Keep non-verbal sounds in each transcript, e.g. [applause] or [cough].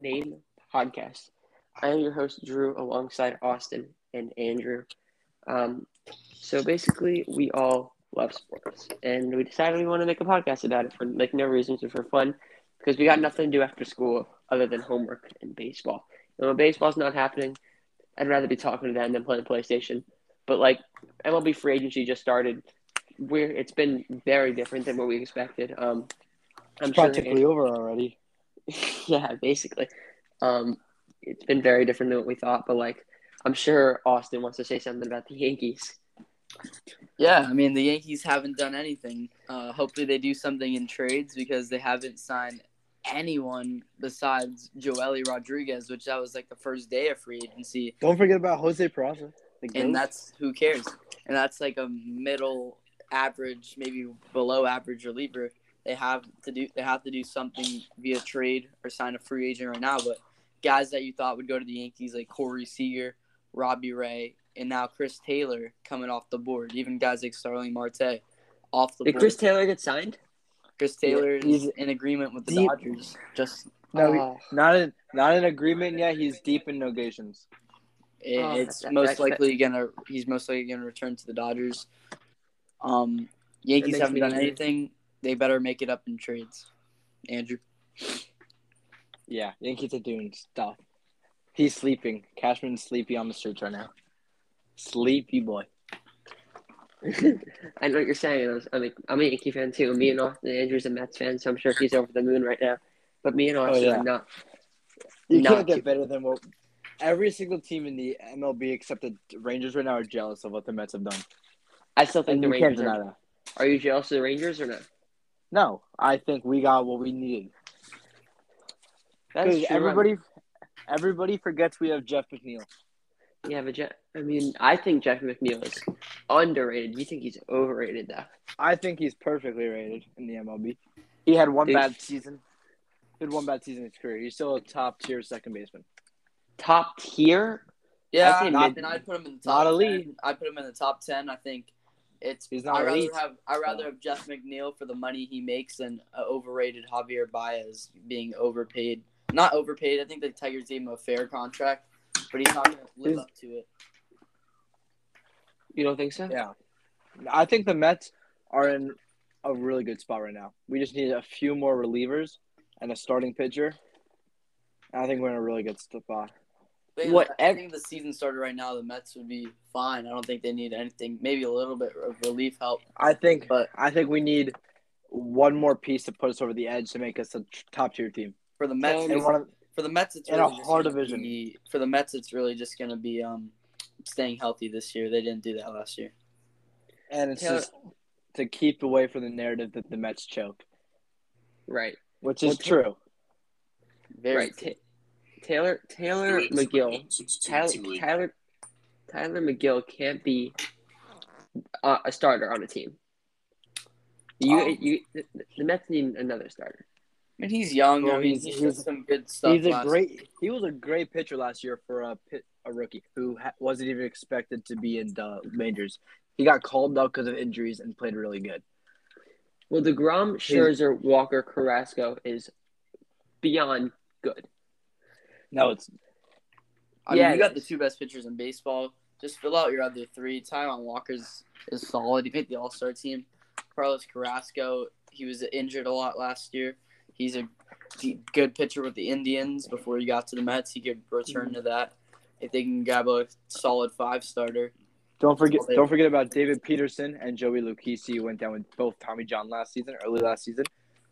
Name Podcast. I am your host, Drew, alongside Austin and Andrew. Um, so basically, we all love sports, and we decided we want to make a podcast about it for like no reason, just for fun, because we got nothing to do after school other than homework and baseball. And when baseball's not happening, I'd rather be talking to them than playing PlayStation. But like MLB free agency just started. We're it's been very different than what we expected. Um, I'm It's sure practically over already. [laughs] yeah, basically. Um, it's been very different than what we thought, but like, I'm sure Austin wants to say something about the Yankees. Yeah, I mean the Yankees haven't done anything. Uh, hopefully they do something in trades because they haven't signed anyone besides Joely Rodriguez, which that was like the first day of free agency, Don't forget about Jose Peraza. the goat. and that's who cares. And that's like a middle average, maybe below average reliever. They have to do they have to do something via trade or sign a free agent right now. But guys that you thought would go to the Yankees like Corey Seager, Robbie Ray, and now Chris Taylor coming off the board. Even guys like Starling Marte off the Did board. Chris Taylor get signed? Chris Taylor he's- is in agreement with the Deep. Dodgers. Just no, he- Oh, not in not in agreement yet. He's deep in negations. it, Oh, it's that- most that- likely gonna he's most likely gonna return to the Dodgers. Um, Yankees makes haven't me done angry. anything. They better make it up in trades. Andrew, Yeah, Yankees are doing stuff. He's sleeping. Cashman's sleepy on the streets right now. Sleepy boy. [laughs] I know what you're saying. I was, I'm, a, I'm a Yankee fan too. Me and Austin Andrews a Mets fan, so I'm sure he's over the moon right now. But me and Austin Oh, yeah. are not. You Not can't too- get better than what every single team in the MLB except the Rangers right now are jealous of what the Mets have done. I still think And the you can't Rangers. deny Are, that. are you jealous of the Rangers or not? No, I think we got what we needed. That's Because true. everybody, everybody forgets we have Jeff McNeil. Yeah, but Je- I mean, I think Jeff McNeil is underrated. You think he's overrated though? I think he's perfectly rated in the MLB. He had one Dude. bad season. He had one bad season in his career. He's still a top tier second baseman. Top tier yeah, I'd say I, mid- and I'd put him in the not top. elite. 10. I'd put him in the top ten. I think it's. He's not I rather elite. have I rather have Jeff McNeil for the money he makes than a overrated Javier Baez being overpaid. Not overpaid. I think the Tigers gave him a fair contract, but he's not going to live He's- up to it. You don't think so? Yeah. I think the Mets are in a really good spot right now. We just need a few more relievers and a starting pitcher. And I think we're in a really good spot. think What if- I ev- think the season started right now, the Mets would be fine. I don't think they need anything. Maybe a little bit of relief help, I think. but I think we need one more piece to put us over the edge to make us a top tier team. for the Mets, And one of, for the Mets, it's in a really just hard gonna division. be- for the Mets, it's really just going to be um staying healthy this year. They didn't do that last year. and it's Taylor- just to keep away from the narrative that the Mets choke, Right. which is Well, Ta- true. Very right. Ta- Taylor Taylor McGill. Tyler Tyler Tyler McGill can't be uh, a starter on a team. You Um, you the, the Mets need another starter. I mean, he's young. Well, I mean, he's- he's, he's- some good stuff. He's a last- great. He was a great pitcher last year for a pit, a rookie who ha- wasn't even expected to be in the majors. He got called up because of injuries and played really good. Well, Degrom, Scherzer, Walker, Carrasco is beyond good. No, it's I Yeah, mean, you got the two best pitchers in baseball. Just fill out your other three. Taiwan Walker's is solid. He made the All Star team. Carlos Carrasco, he was injured a lot last year. He's a d- good pitcher with the Indians. Before he got to the Mets, he could return to that. If they can grab a solid five starter, don't forget Well, they- don't forget about David Peterson and Joey Lucchesi who went down with both Tommy John last season, early last season.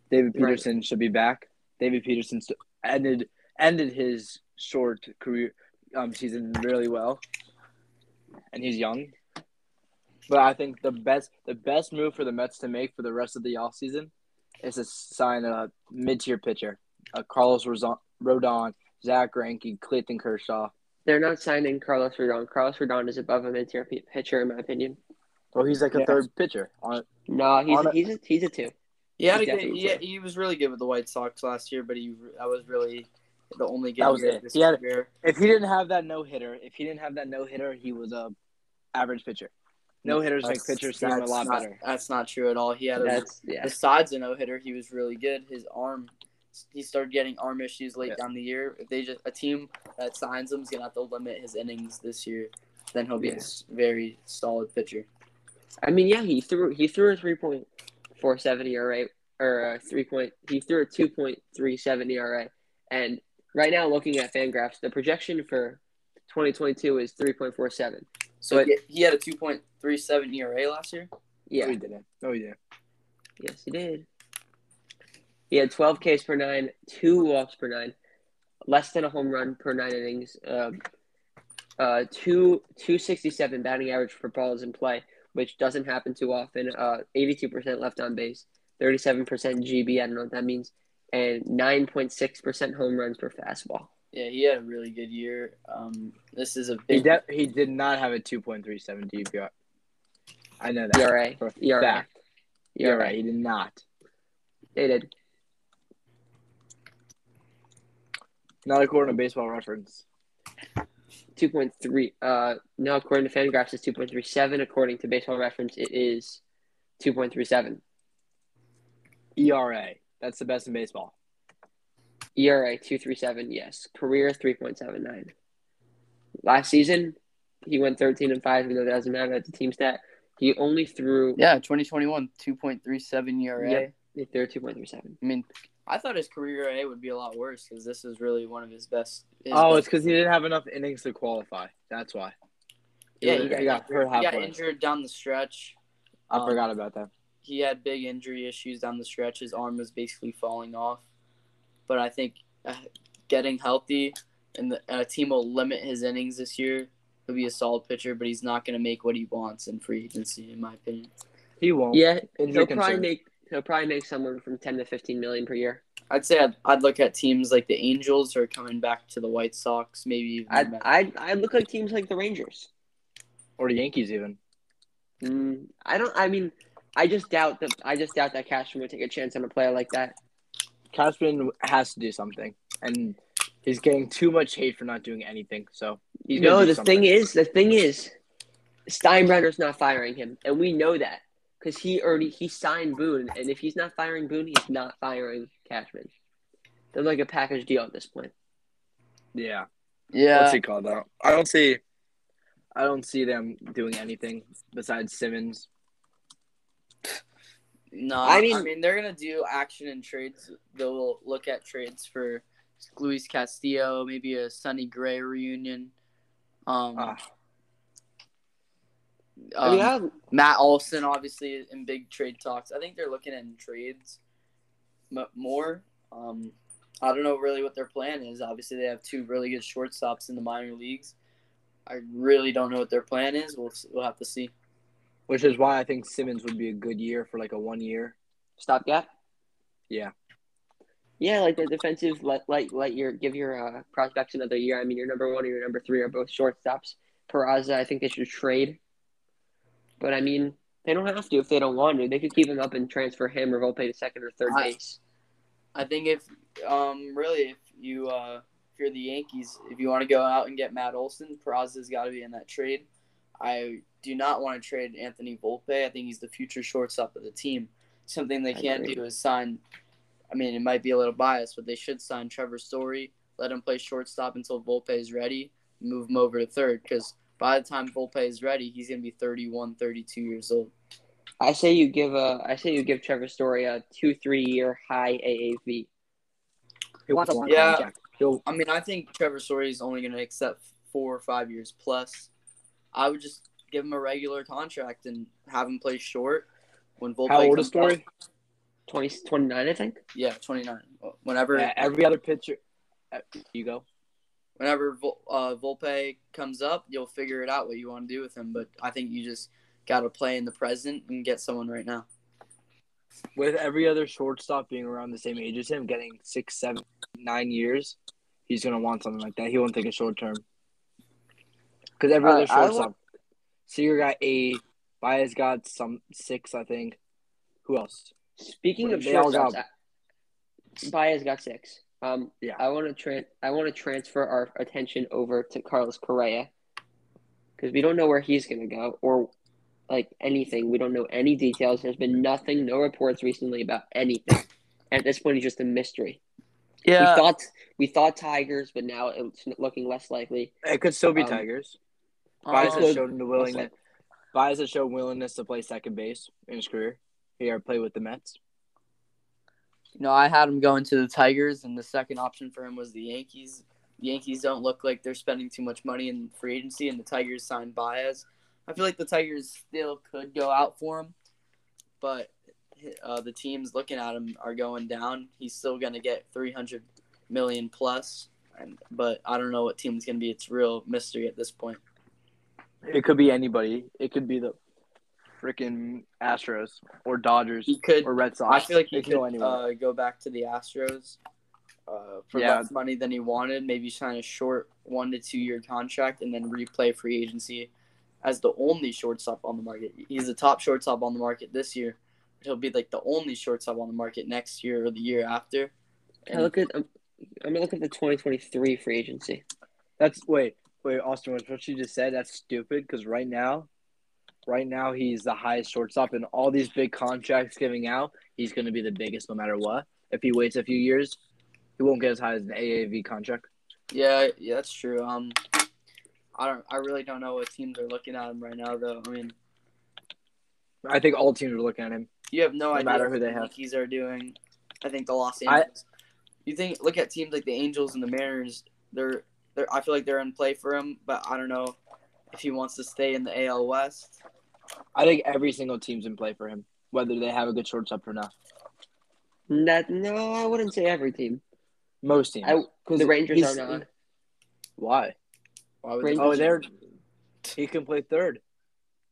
David Right. Peterson should be back. David Peterson st- ended ended his short career um, season really well, and he's young. But I think the best the best move for the Mets to make for the rest of the offseason is to sign a mid tier pitcher, a Carlos Rozo- Rodon, Zach Greinke, Clayton Kershaw. They're not signing Carlos Rodon. Carlos Rodon is above a mid-tier p- pitcher in my opinion. Well, he's like a Yeah. third pitcher on No, he's On a- he's a, he's a two. he had a He's good, definitely he, good. he was really good with the White Sox last year, but he that was really the only good That was year it. of his He had- career. If he didn't have that no hitter, if he didn't have that no hitter, he was a average pitcher. No hitters make That's- pitchers seem a that's lot not- better. That's not true at all. He had a That's yeah. Besides a no hitter, he was really good. His arm he started getting arm issues late Yeah. down the year. If they just a team that signs him is gonna have to limit his innings this year, then he'll be a Yeah. s- very solid pitcher. I mean, yeah, he threw he threw a three point four seven ERA or a three point he threw a two point three seven ERA, and right now looking at Fangraphs, the projection for twenty twenty two is three point four seven. So But- he, he had a two point three seven ERA last year. Yeah, No, he didn't. No, he didn't. yes, he did. He had twelve Ks per nine, two walks per nine, less than a home run per nine innings, um, uh, two two sixty seven batting average for balls in play, which doesn't happen too often. Uh, eighty two percent left on base, thirty seven percent GB. I don't know what that means, and nine point six percent home runs per fastball. Yeah, he had a really good year. Um, this is a He, big. de- he did not have a 2.37 DPR. I know that. ERA, for a ERA, fact. E You're ERA. right. He did not. E They did. Not according to baseball reference. 2.3 uh no according to fangraphs it's 2.37 according to baseball reference it is 2.37 ERA. E That's the best in baseball. ERA 237, yes. Career 3.79. Last season, he went 13 and 5, even though that doesn't matter. That's a team stat. He only threw yeah, 2021, 2.37 ERA. Yeah. he threw 2.37. I mean, E I thought his career ERA would be a lot worse because this is really one of his best. his Oh, it's best- because he didn't have enough innings to qualify. That's why. yeah, he he got, got, he got hurt he got halfway. injured down the stretch. I Um, forgot about that. He had big injury issues down the stretch. His arm was basically falling off. But I think uh, getting healthy and the and a team will limit his innings this year. He'll be a solid pitcher, but he's not going to make what he wants in free agency, in my opinion. He won't. Yeah, Injury he'll probably concern. make he'll probably make somewhere from 10 to 15 million per year. I'd say I'd, I'd look at teams like the Angels or coming back to the White Sox, maybe even the I Mets. I I look like teams like the Rangers. Or the Yankees even. Mm, I don't I mean, I just doubt that I just doubt that Cashman would take a chance on a player like that. Cashman has to do something, and he's getting too much hate for not doing anything. So he's gonna No, do the something. thing is, the thing is, Steinbrenner's not firing him, and we know that because he already he signed Boone, and if he's not firing Boone, he's not firing Cashman. They're like a package deal at this point. yeah. yeah, What's he called though? I don't see, I don't see them doing anything besides Simmons. No, I I mean- mean, I mean they're gonna do action and trades. They'll look at trades for Luis Castillo, maybe a Sonny Gray reunion. Um, Ah, I mean, um, I, Matt Olson, obviously, in big trade talks. I think they're looking at trades m- more. Um, I don't know really what their plan is. Obviously, they have two really good shortstops in the minor leagues. I really don't know what their plan is. We'll we'll have to see. which is why I think Simmons would be a good year for like a one year. stopgap. Yeah. Yeah, like the defensive, let let let your give your uh, prospects another year. I mean, your number one and your number three are both shortstops. Peraza, I think they should trade, but I mean, they don't have to if they don't want to. They could keep him up and transfer him or Volpe to second or third I- base. I think if um really if you uh if you're the Yankees, if you want to go out and get Matt Olson, Peraza's got to be in that trade. I do not want to trade Anthony Volpe. I think he's the future shortstop of the team. Something they I can agree. do is sign. I mean, it might be a little biased, but they should sign Trevor Story. Let him play shortstop until Volpe is ready. Move him over to third because by the time Volpe is ready, he's going to be 31, 32 years old. I say you give a. I say you give Trevor Story a two three year high AAV. He'll Wants a want Yeah. contract. He'll- I mean, I think Trevor Story is only going to accept four or five years plus. I would just give him a regular contract and have him play short. When Volpe how old is comes up- Story? 20, 29, I think. yeah, twenty nine. Whenever, Yeah, every other pitcher. uh, You go. whenever Vol- uh, Volpe comes up, you'll figure it out what you want to do with him. But I think you just got to play in the present and get someone right now. with every other shortstop being around the same age as him, getting six, seven, nine years, he's gonna want something like that. He won't take a short term. Because every Uh, other I shortstop, Seager got eight, Baez got some six, I think. Who else? Speaking of They all shortstops, got- I- Baez got six. Um, Yeah. I want to tran I want to transfer our attention over to Carlos Correa because we don't know where he's gonna go or like anything. We don't know any details. There's been nothing, no reports recently about anything. At this point, he's just a mystery. We thought we thought Tigers, but now it's looking less likely. It could still be Um, Tigers. I Baez has could- shown the willingness. Baez has shown willingness to play second base in his career. He already played with the Mets. No, I had him going to the Tigers, and the second option for him was the Yankees. The Yankees don't look like they're spending too much money in free agency, and the Tigers signed Baez. I feel like the Tigers still could go out for him, but uh, the teams looking at him are going down. He's still going to get 300 million plus, and, but I don't know what team's going to be its real mystery at this point. It could be anybody. It could be the freaking Astros or Dodgers He could. or Red I Sox. feel like It he go could anywhere. uh, go back to the Astros uh, for Yeah. less money than he wanted. Maybe sign a short one to two year contract and then replay free agency as the only shortstop on the market. He's the top shortstop on the market this year. But he'll be like the only shortstop on the market next year or the year after. I look at I'm, I'm gonna look at the 2023 free agency. That's wait, wait, Austin. was What you just said? That's stupid. Because right now, right now he's the highest shortstop in all these big contracts giving out. He's going to be the biggest no matter what. If he waits a few years, he won't get as high as an AAV contract. Yeah, yeah, that's true. Um, I don't. I really don't know what teams are looking at him right now, though. I mean, I think all teams are looking at him. You have no, No idea matter what who they the have. Yankees are doing. I think the Los I- Angeles. you think look at teams like the Angels and the Mariners. They're they're. I feel like they're in play for him, but I don't know if he wants to stay in the AL West. I think every single team's in play for him, whether they have a good shortstop or not. Not, no, I wouldn't say every team. Most teams. I, the Rangers are he's- not. Why? Why would Rangers- Oh, they're. He can play third.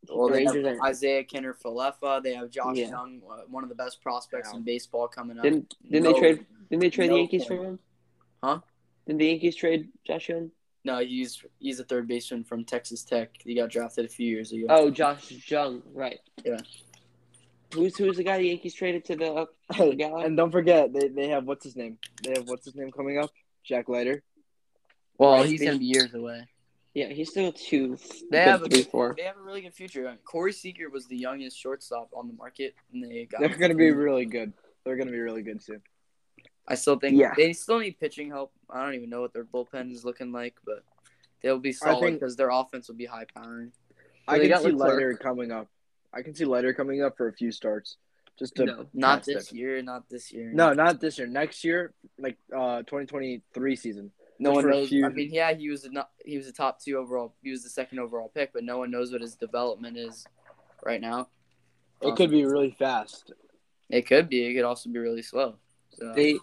well, the they have Rangers are. Isaiah Kinner Falefa. They have Josh Yeah. Young, uh, one of the best prospects Yeah. in baseball coming up. Didn't, didn't No- they trade? Didn't they trade no the Yankees point. for him? Huh? Didn't the Yankees trade Josh Young? No, he's he's a third baseman from Texas Tech. He got drafted a few years ago. Oh, Josh Jung, right? Yeah. Who's who's the guy the Yankees traded to the? uh, to [clears throat] the Gala? And don't forget, they, they have what's his name? They have what's his name coming up? Jack Leiter. well, Bryce he's gonna be years away. yeah, he's still two. They good have a- three, four. They have a really good future. Corey Seager was the youngest shortstop on the market, and they got. They're going to be really good. They're going to be really good soon. I still think Yeah. they still need pitching help. I don't even know what their bullpen is looking like, but they'll be solid think- because their offense will be high powering. I they can got see Leclerc. Leiter coming up. I can see Leiter coming up for a few starts. Just to No, That's Not this it. year. Not this year. no, not this year. Next year, like uh, twenty twenty three season. no just one for a knows. few- I mean, yeah, he was a, no- he was a top two overall. He was the second overall pick, but no one knows what his development is right now. It could be really fast. It could be. It could also be really slow. So They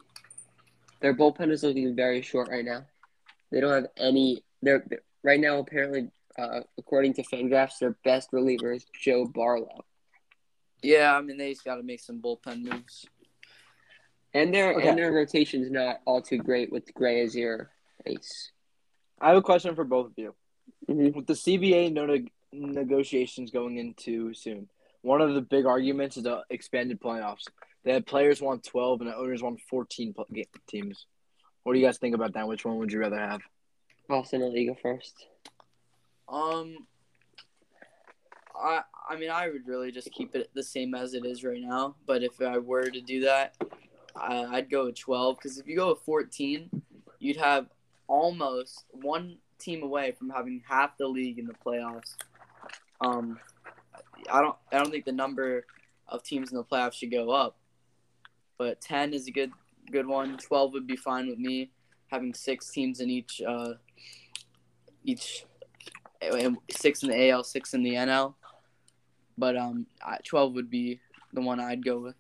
their bullpen is looking very short right now. They don't have any. They're, they're- right now apparently, uh, according to FanGraphs, their best reliever is Joe Barlow, yeah, I mean, they just got to make some bullpen moves. and their Okay. and their rotation's not all too great with Gray as your ace. I have a question for both of you. Mhm. With the CBA no neg- negotiations going into soon, one of the big arguments is the expanded playoffs. That players want twelve and the owners want fourteen pl- ga- teams. What do you guys think about that? Which one would you rather have? Austin, I'll let you go first. Um, I I mean I would really just keep it the same as it is right now. But if I were to do that, I, I'd go with twelve because if you go with fourteen, you'd have almost one team away from having half the league in the playoffs. Um, I don't I don't think the number of teams in the playoffs should go up, but ten is a good good one. Twelve would be fine with me. Having six teams in each uh, each and six in the AL, six in the NL. But um, I- twelve would be the one I'd go with.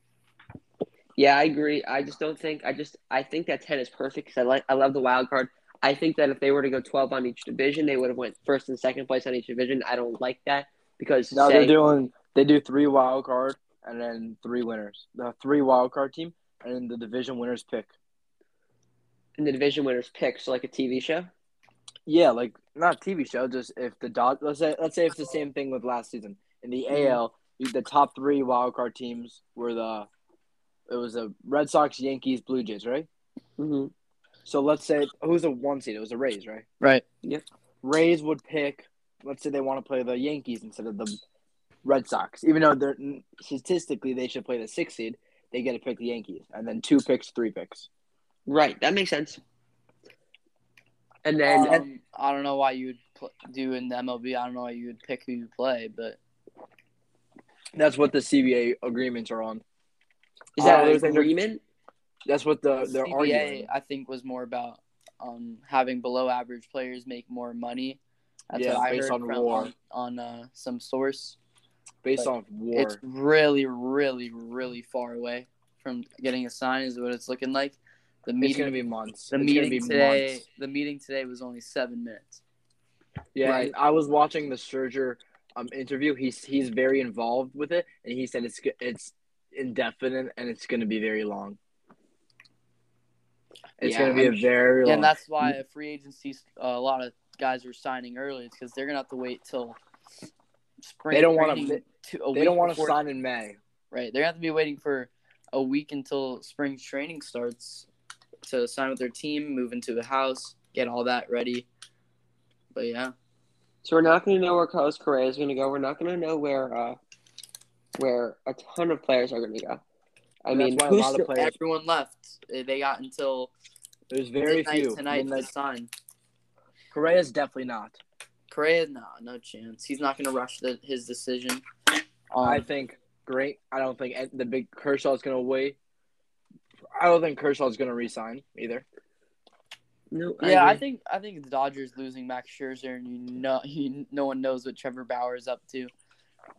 Yeah, I agree. I just don't think. I just I think that ten is perfect because I like I love the wild card. I think that if they were to go twelve on each division, they would have went first and second place on each division. I don't like that because No, say, they're doing they do three wild card and then three winners. The three wild card team and then the division winners pick. and the division winners pick, so like a TV show. Yeah, like not TV show, just if the Dod let's say let's say it's the same thing with last season. In the Mhm. AL, you- the top three wild card teams were the it was the Red Sox, Yankees, Blue Jays, right? Mm-hmm. So let's say who's the one seed? It was the Rays, right? Right. Rays would pick. Let's say they want to play the Yankees instead of the Red Sox, even though they're statistically they should play the six seed. They get to pick the Yankees, and then two picks, three picks. Right. That makes sense. Um, And then And um, I don't know why you would pl- do in the MLB. I don't know why you would pick who you play, but That's what the CBA agreements are on. is that uh, an I think- agreement? That's what the Uh, they're CBA arguing. I think was more about um, having below average players make more money. That's Yeah, what I based heard on from war. on, on, uh, some source. based Like, on war. It's really, really, really far away from getting a sign. Is what it's looking like. The It's gonna meeting. be months. The It's gonna meeting be today. months. The meeting today was only seven minutes. Yeah, Right. and I was watching the Serger um interview. He's he's very involved with it, and he said it's go- it's indefinite and it's going to be very long. It's Yeah, going to be I'm a very Yeah, long. and that's why a free agency. Uh, a lot of guys are signing early. It's because they're gonna have to wait till spring. They don't wanna- training to a they week don't want to before- sign in May. Right, they're gonna have to be waiting for a week until spring training starts to sign with their team, move into a house, get all that ready. But yeah, So we're not going to know where Carlos Correa is going to go. We're not going to know where uh, where a ton of players are going to go. I And that's mean, why a who's lot of still- players- everyone left. They they got until There's very midnight few. tonight Midnight- to sign. Correa's definitely not. Correa, no, no chance. He's not gonna rush the, his decision. Um, I think great. I don't think the big Kershaw's going to wait. I don't think Kershaw's going to resign either. no, Yeah, I agree. think I think the Dodgers losing Max Scherzer, and you know, he, no one knows what Trevor Bauer is up to.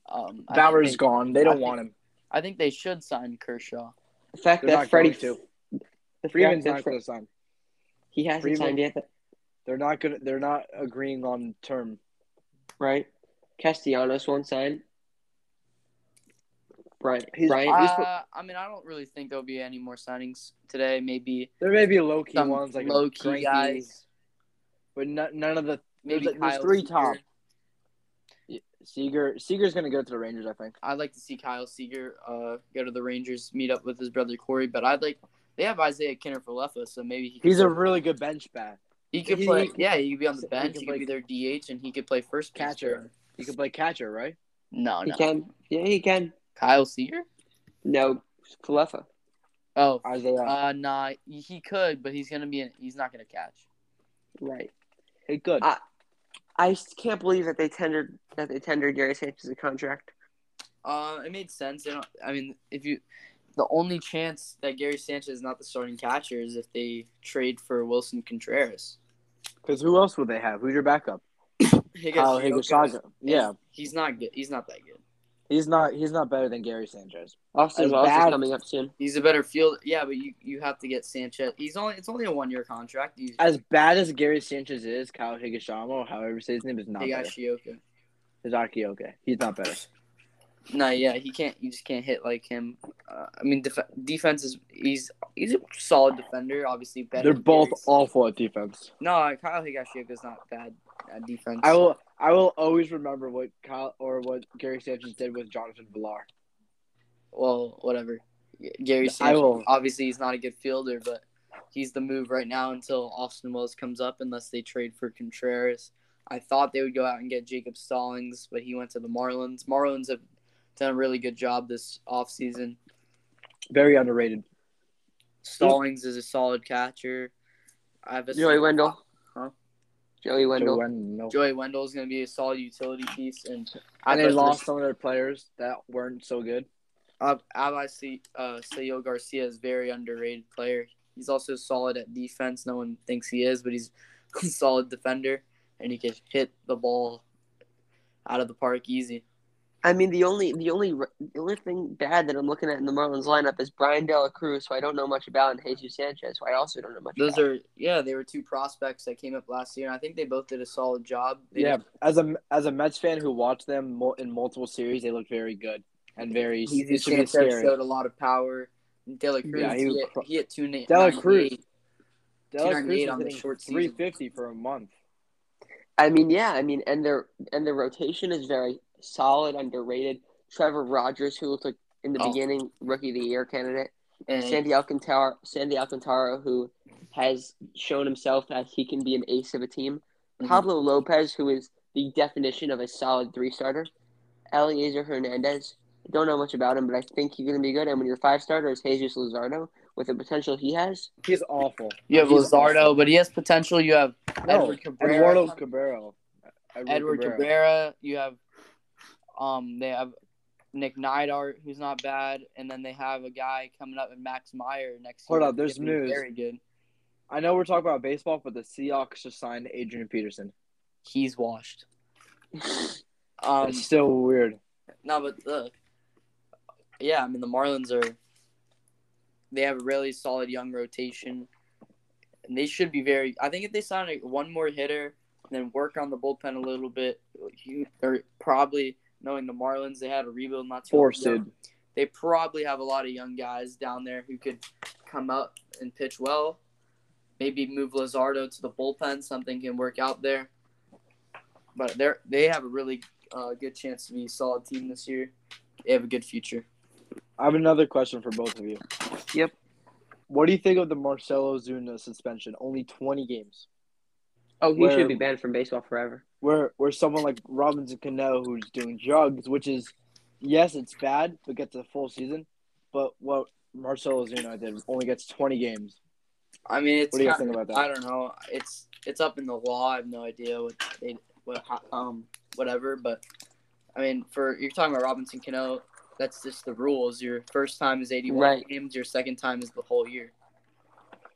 Um, I think Bauer's they- gone. They I don't think- want him. I think they should sign Kershaw. the fact They're that not Freddie going to. the fact Freeman's that not Fre- going to sign. he hasn't Freeman- signed yet, They're not going. to They're not agreeing on term. right? Castellanos won't sign. Brian, He's- Brian, least for- Uh, I mean, I don't really think there'll be any more signings today. Maybe There may be low key some ones like low Greinke, key guys. but no, none of the Maybe there's, there's Kyle three Seager. top. Seager Seager's gonna go to the Rangers, I think. I'd like to see Kyle Seager uh, go to the Rangers, meet up with his brother Corey. But I'd like they have Isaiah Kinner for Lefa, so maybe he He's a could, really good bench bat. he could he- play. he- yeah, he could be on he the bench. can He play- could be their DH, and he could play first base. Catcher. He could play catcher, right? No, he no. can. Yeah, he can. Kyle Seager? No, Falefa. Oh, Isaiah. uh, nah, he could, but he's gonna be. In, he's not gonna catch. Right. he could. I- I s- can't believe that they tendered that they tendered Gary Sanchez a contract. Uh, it made sense. They don't, I mean, if you, the only chance that Gary Sanchez is not the starting catcher is if they trade for Wilson Contreras. Because who else would they have? Who's your backup? Kyle Higashioka. Oh, Yeah, he's not good. He's not that good. he's not. He's not better than Gary Sanchez. Austin As Wells bad- is coming up soon. He's a better field. Yeah, but you, you have to get Sanchez. He's only it's only a one year contract. He's As bad as Gary Sanchez is, Kyle Higashioka, or however you say his name, is not better. Higashioka. His Akioka. He's not better. No, yeah, he can't. You just can't hit like him. Uh, I mean, def- defense is he's he's a solid defender. Obviously, better. They're than both Gary Sanchez. awful at defense. No, Kyle Higashioka is not bad at defense. I will. I will always remember what Kyle or what Gary Sanchez did with Jonathan Villar. Well, whatever. G- Gary I Sanchez. will- Obviously, he's not a good fielder, but he's the move right now until Austin Wells comes up, unless they trade for Contreras. I thought they would go out and get Jacob Stallings, but he went to the Marlins. Marlins have done a really good job this offseason. Very underrated. Stallings is a solid catcher. I have a Joey Wendell. Huh? Joey Wendell. Wendell. Joey Wendell is going to be a solid utility piece, and And they I've- lost some of their players that weren't so good. Uh, obviously, uh, Sayo Garcia is a very underrated player. He's also solid at defense. No one thinks he is, but he's [laughs] a solid defender, and he can hit the ball out of the park easy. I mean, the only the only the only thing bad that I'm looking at in the Marlins lineup is Brian De La Cruz, who I don't know much about, and Jesus Sanchez, who I also don't know much Those about. are yeah, they were two prospects that came up last year, and I think they both did a solid job. They Yeah, did- as a as a Mets fan who watched them mul- in multiple series, they looked very good and very. he It should be Sanchez scary. showed a lot of power. De La Cruz, Yeah, he he, was hit, cr- he hit two na- De La Cruz. 98. Dela 298 Cruz on the was short short season. 350 for a month. I mean, yeah, I mean, and their and their rotation is very solid, underrated. Trevor Rogers, who looked like in the Oh. beginning rookie of the year candidate, And Sandy Alcantara, Sandy Alcantara, who has shown himself that he can be an ace of a team. Mhm. Pablo Lopez, who is the definition of a solid three starter. Eliezer Hernandez. Don't know much about him, but I think he's going to be good. And when your five starter is Jesus Luzardo, with the potential he has, He's awful. You have He's Lazardo, but he has potential. You have No, Edward Cabrera. Eduardo Cabrera. Edward, Edward Cabrera. You have um they have Nick Neidhart, who's not bad, and then they have a guy coming up in Max Meyer next Hold year. up, there's He's news. Very good. I know we're talking about baseball, but the Seahawks just signed Adrian Peterson. [laughs] He's washed. Um, It's still weird. no, but look, yeah, I mean the Marlins are. They have a really solid young rotation, and they should be very. I think if they sign like, one more hitter and then work on the bullpen a little bit, you, or probably knowing the Marlins, they had a rebuild not too long Forced ago. it. they probably have a lot of young guys down there who could come up and pitch well. Maybe move Lazardo to the bullpen. Something can work out there. But they are they have a really uh, good chance to be a solid team this year. They have a good future. I have another question for both of you. Yep. What do you think of the Marcelo Zuna suspension? Only 20 games. oh, he Where- should be banned from baseball forever. Where where someone like Robinson Cano, who's doing drugs, which is, yes, it's bad, but gets a full season. But what Marcelo Zuna did only gets 20 games. I mean, it's What do you guys kind think about that? I don't know. It's it's up in the law. I have no idea what they what um whatever. But I mean, for you're talking about Robinson Cano. That's just the rules. Your first time is 81 Right. games. Your second time is the whole year.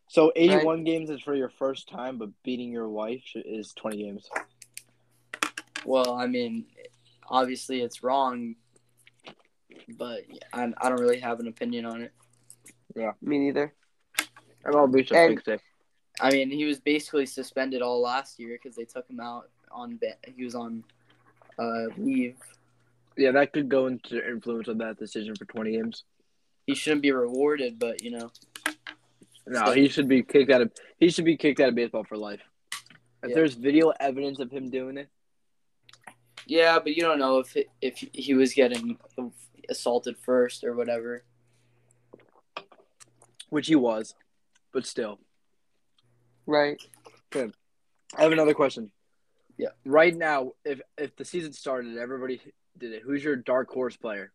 So 81 games is for your first time, but beating your wife sh- is 20 games. Well, I mean, obviously it's wrong, but I, I don't really have an opinion on it. Me neither. I'm all beach And- I mean, he was basically suspended all last year because they took him out on ba- he was on uh, leave. Yeah, that could go into influence on that decision for 20 games. He shouldn't be rewarded, but you know, No, he should be kicked out of he should be kicked out of baseball for life. If Yeah. there's video evidence of him doing it, yeah, but you don't know if it, if he was getting assaulted first or whatever. which he was, but still. Right. I have another question. Yeah. Right now, if if the season started, everybody did it. Who's your dark horse player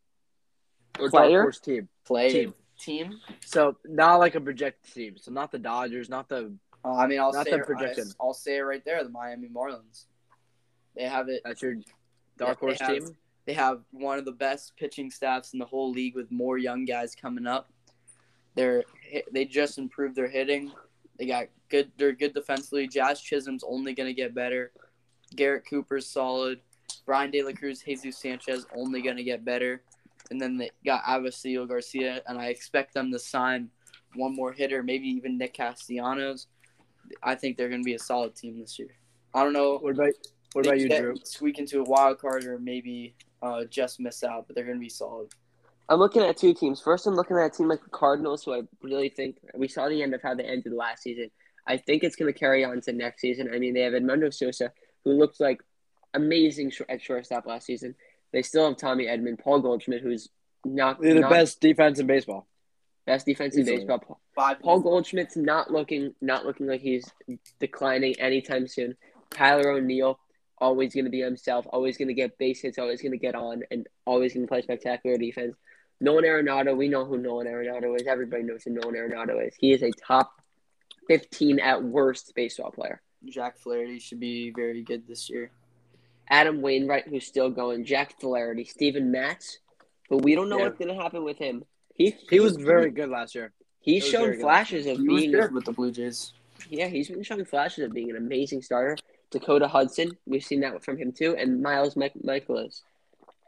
or dark Player? horse team? Play Team. team. team? So not like a projected team. So not the Dodgers, not the Uh, I mean, I'll Not say the it- projection. I'll say it right there. The Miami Marlins. They have it. that's your dark they horse have- team. They have one of the best pitching staffs in the whole league with more young guys coming up. They're they just improved their hitting. They got good. They're good defensively. Jazz Chisholm's only gonna get better. Garrett Cooper's solid. Brian De La Cruz, Jesus Sanchez only gonna get better. And then they got Abasilio Garcia, and I expect them to sign one more hitter, maybe even Nick Castellanos. I think they're gonna be a solid team this year. I don't know What about what they about you, get- Drew? Squeak into a wild card or maybe uh, just miss out, but they're going to be solid. I'm looking at two teams. First, I'm looking at a team like the Cardinals, who I really think we saw the end of how they ended last season. I think it's going to carry on to next season. I mean, they have Edmundo Sosa, who looked like amazing sh- at shortstop last season. They still have Tommy Edmond, Paul Goldschmidt, who's not They're the not best defense in baseball. best defense in Easily. baseball. Pa- Five Paul Goldschmidt's not looking not looking like he's declining anytime soon. Tyler O'Neill always going to be himself, always going to get base hits, always going to get on, and always going to play spectacular defense. Nolan Arenado, we know who Nolan Arenado is. Everybody knows who Nolan Arenado is. He is a top fifteen at worst baseball player. Jack Flaherty should be very good this year. Adam Wainwright, who's still going. Jack Flaherty, Steven Matz, but we don't know Yeah. what's going to happen with him. He He was very good last year. he he was very showed good. flashes of He was being a good with the Blue Jays. Yeah, he's been showing flashes of being an amazing starter. Dakota Hudson, we've seen that from him too, and Miles Mike- Michaelis.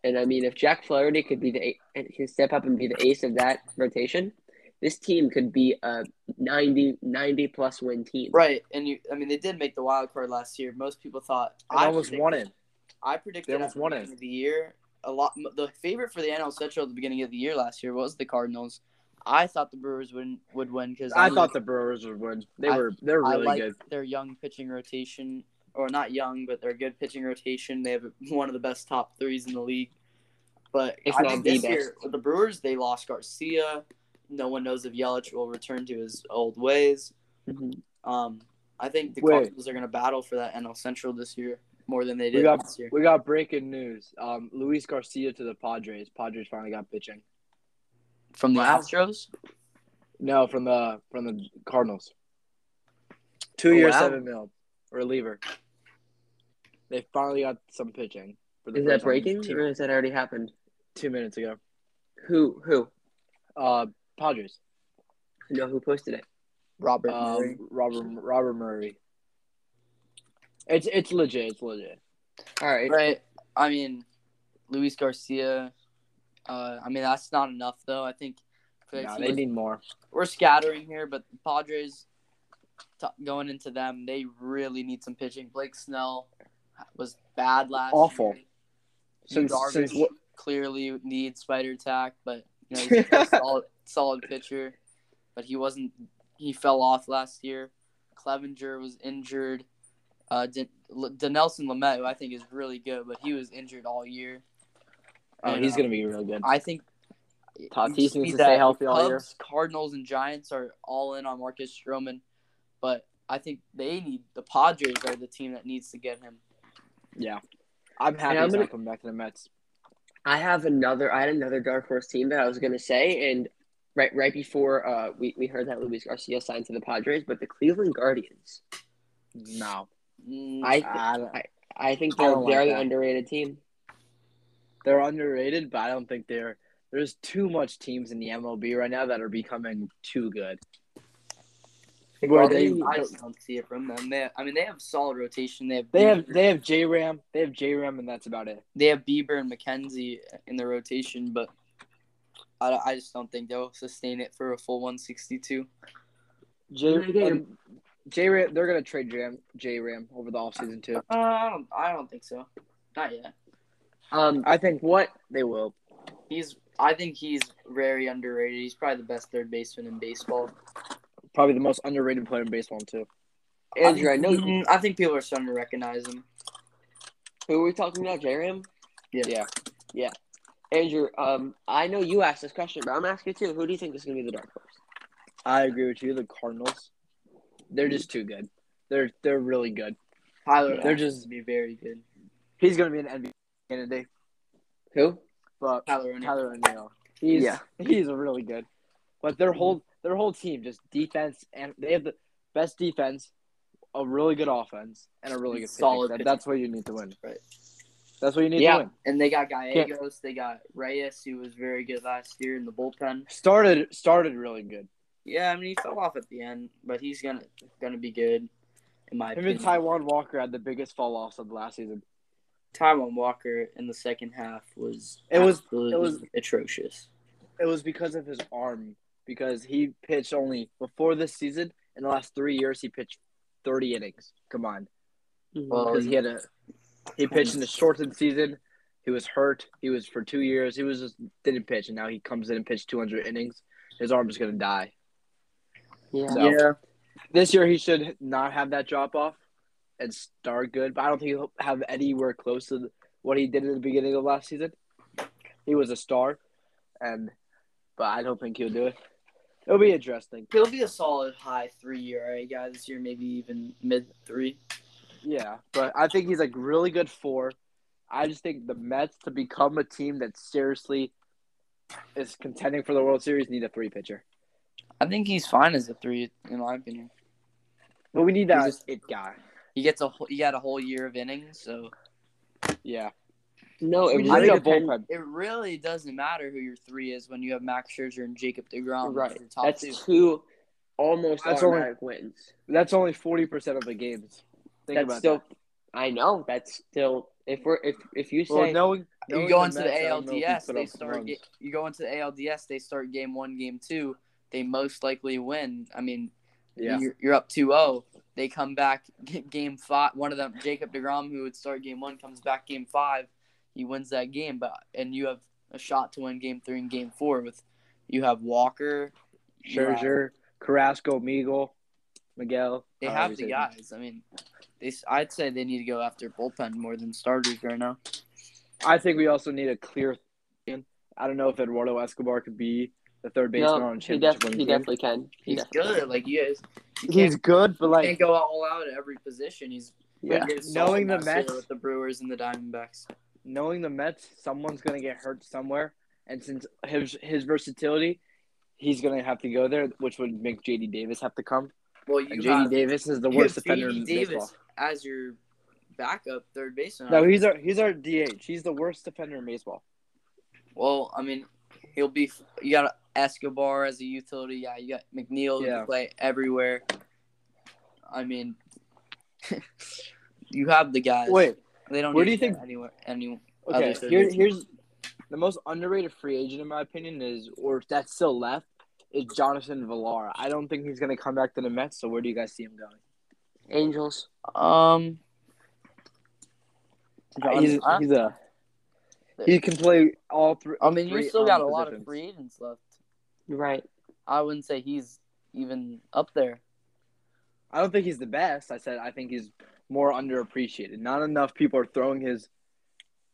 And I mean, if Jack Flaherty could be the a- and can step up and be the ace of that rotation, this team could be a 90, 90 plus win team. Right, and you, I mean, they did make the wild card last year. Most people thought I almost predicted- won it. I predicted They almost at the won beginning it. of the year a lot. The favorite for the NL Central at the beginning of the year last year was the Cardinals. I thought the Brewers would would win because I thought the Brewers would win. They I- were they're really I like good. their young pitching rotation, or not young, but their good pitching rotation. They have one of the best top threes in the league. But If I not think the this best. year with the Brewers, they lost Garcia. No one knows if Yelich will return to his old ways. Mhm. Um, I think the Wait. Cardinals are going to battle for that NL Central this year more than they We did got- last year. We got breaking news. Um, Luis Garcia to the Padres. Padres finally got pitching. From the Wow. Astros, No, from the from the Cardinals. Oh, Two years, wow. seven mil reliever. They finally got some pitching. For Is first that time breaking Two, or is that already happened? two minutes ago. Who who? Uh, Padres. No, who posted it? Robert Um, Murray. Robert Robert Murray. It's it's legit. It's legit. All right. Right. I mean, Luis Garcia. Uh, I mean, that's not enough though. I think for Nah, that they team, need more. we're scattering here, but the Padres t- going into them, they really need some pitching. Blake Snell was bad last. Awful. Year. Since, Darvish since what, clearly needs spider attack, but you know, [laughs] he's a solid, solid pitcher. But he wasn't. He fell off last year. Clevenger was injured. Uh, De- Denelson Lamet, who I think is really good, but he was injured all year. oh, And, he's uh, gonna be real good. I think Tatis you just needs need to that. stay healthy all year. Cubs, Cardinals, and Giants are all in on Marcus Stroman, but I think they need the Padres are the team that needs to get him. Yeah, I'm happy I'm he's gonna- not coming back to the Mets. I have another. I had another dark horse team that I was gonna say, and right right before uh, we we heard that Luis Garcia signed to the Padres, but the Cleveland Guardians. No, Mm, I th- I don't- I think I they're don't like they're the that. underrated team. they're underrated, but I don't think they're. There's too much teams in the MLB right now that are becoming too good. Where they- they I just don't see it from them. They, I mean, they have solid rotation. They have they have they have J Ram, they have J Ram, and that's about it. they have Bieber and McKenzie in the rotation, but I, I just don't think they'll sustain it for a full 162. J Who they get? um, J Ram, they're gonna trade J Ram J Ram over the offseason too. Uh, I don't I don't think so. Not yet. Um, I think what they will. He's I think he's very underrated. He's probably the best third baseman in baseball. Probably the most underrated player in baseball too. Andrew, I know Mm, I think people are starting to recognize him. who we're talking about, Jaram. Yeah. Yeah. Andrew, um, I know you asked this question, but I'm asking you too. Who do you think is gonna be the dark horse? I agree with you. The Cardinals, they're just too good. They're they're really good. Tyler, Yeah. they're just be very good. He's gonna be an NBA candidate, Who? but Tyler, O'Neill. Tyler O'Neill. He's Yeah. he's really good. But their whole their whole team just defense and they have the best defense, a really good offense, and a really good pitching. Solid That- pitching. that's what you need to win. Right. That's what you need Yeah. to win. and they got Gallegos. They got Reyes, who was very good last year in the bullpen. Started started really good. Yeah, I mean he fell off at the end, but he's gonna gonna be good, in my Him opinion. and Taiwan Walker had the biggest fall offs of last season. Taiwan Walker in the second half was It was- absolutely it was- atrocious. It was because of his arm, because he pitched only before this season. In the last three years, he pitched thirty innings combined. Well, because he had a he pitched in a shortened season. He was hurt. He was for two years. He was just didn't pitch, and now he comes in and pitched 200 innings. His arm is gonna die. yeah. So this year he should not have that drop off and start good. But I don't think he'll have anywhere close to what he did in the beginning of last season. He was a star, and but I don't think he'll do it. It'll be interesting. He'll be a solid high three year right, guy this year, maybe even mid three. Yeah, but I think he's like really good for. I just think the Mets to become a team that seriously is contending for the World Series need a three pitcher. I think he's fine as a three, in my opinion. But we need that He's just- it guy. He gets a whole- he got a whole year of innings, so Yeah, No, it We I really need a depends. bullpen. it really doesn't matter who your three is when you have Max Scherzer and Jacob Degrom. Right. as your top That's two. two almost That's only- automatic wins. That's only forty percent of the games. Think That's about still. that. I know. That's still. If we're if if you say Well, knowing, knowing You go into the Mets, I don't know if we ALDS, put they up start. runs. Ga- you go into the ALDS, they start game one, game two. They most likely win. I mean, yeah, you're, you're up 2-0. They come back g- game five. One of them, Jacob Degrom, who would start game one, comes back game five. He wins that game, but and you have a shot to win game three and game four with you have Walker. you have- Scherzer, Carrasco, Meagle, Miguel. They however have you the say his guys. I mean, they, s- I'd say they need to go after bullpen more than starters right now. name. I think we also need a clear. I don't know if Eduardo Escobar could be the third baseman no, on a he, championship. def- he winning team. definitely can. He He's definitely good. Like you guys, you can't, He's good, but can't like go all out at every position. He's Yeah, been good solid knowing the last year Mets, with the Brewers and the Diamondbacks. knowing the Mets, someone's gonna get hurt somewhere, and since his his versatility, he's gonna have to go there, which would make JD Davis have to come. Well, you And have- JD Davis is the you worst have defender JD in Davis baseball. as your backup third baseman. No, he's our he's our DH. He's the worst defender in baseball. well, I mean, he'll be. You got Escobar as a utility. Yeah, you got McNeil who Yeah. can play everywhere. I mean, [laughs] you have the guys. Wait, they don't. where need do you to think- get anyone? Anyone? okay. Others are Here, good. here's the most underrated free agent in my opinion is, or if that's still left, is Jonathan Villar. I don't think he's gonna come back to the Mets. So where do you guys see him going? Angels. Um, he's, I- he's a he can play all three. I mean, you three, still got a um, lot of positions. free agents left. Right. I wouldn't say he's even up there. I don't think he's the best. I said I think he's more underappreciated. Not enough people are throwing his.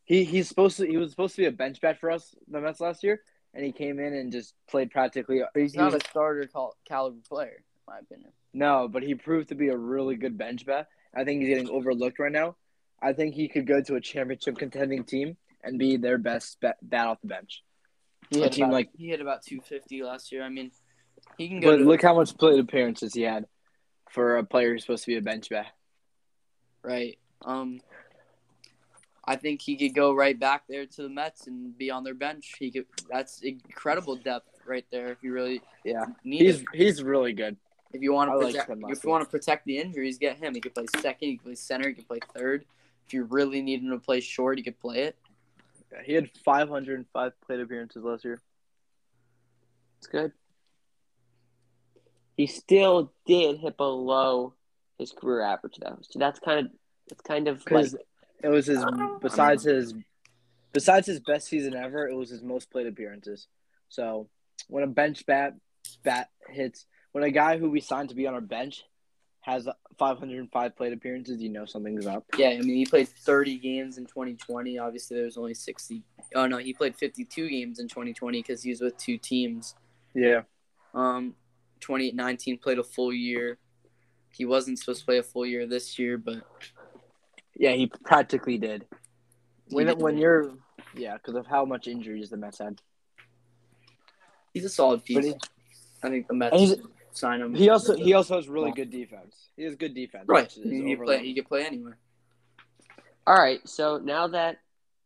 He he's supposed to. He was supposed to be a bench bat for us the Mets last year, and he came in and just played practically. He's he not was- a starter cal- caliber player, in my opinion. no, but he proved to be a really good bench bat. I think he's getting overlooked right now. I think he could go to a championship contending team and be their best bat, bat off the bench. He A had, team about, like- he had about 250 last year. I mean, he can go. But to, look how much plate appearances he had for a player who's supposed to be a bench bat. right. Um, I think he could go right back there to the Mets and be on their bench. He could. That's incredible depth right there. If you really Yeah, need he's it. he's really good. If you want I to like protect, him last if you want to protect the injuries, get him. He could play second. He could play center. He could play third. If you really need him to play short, he could play it. He had 505 plate appearances last year. It's good. He still did hit below his career average though. So that's kind of it's kind of like because it was his besides his besides his best season ever. It was his most plate appearances. So when a bench bat bat hits, when a guy who we signed to be on our bench has 505 plate appearances, you know something's up. Yeah, I mean, he played 30 games in 2020. Obviously, there was only 60. Oh no, he played 52 games in 2020 because he was with two teams. Yeah, Um, 2019 played a full year. He wasn't supposed to play a full year this year, but yeah, he practically did. He When did. when you're yeah, because of how much injuries the Mets had. he's a solid piece. But he, I think the and Mets he's- sign him. he also he also has really good defense. He has good defense. right. which is He could play. overlooked. He could play anywhere. All right, so now that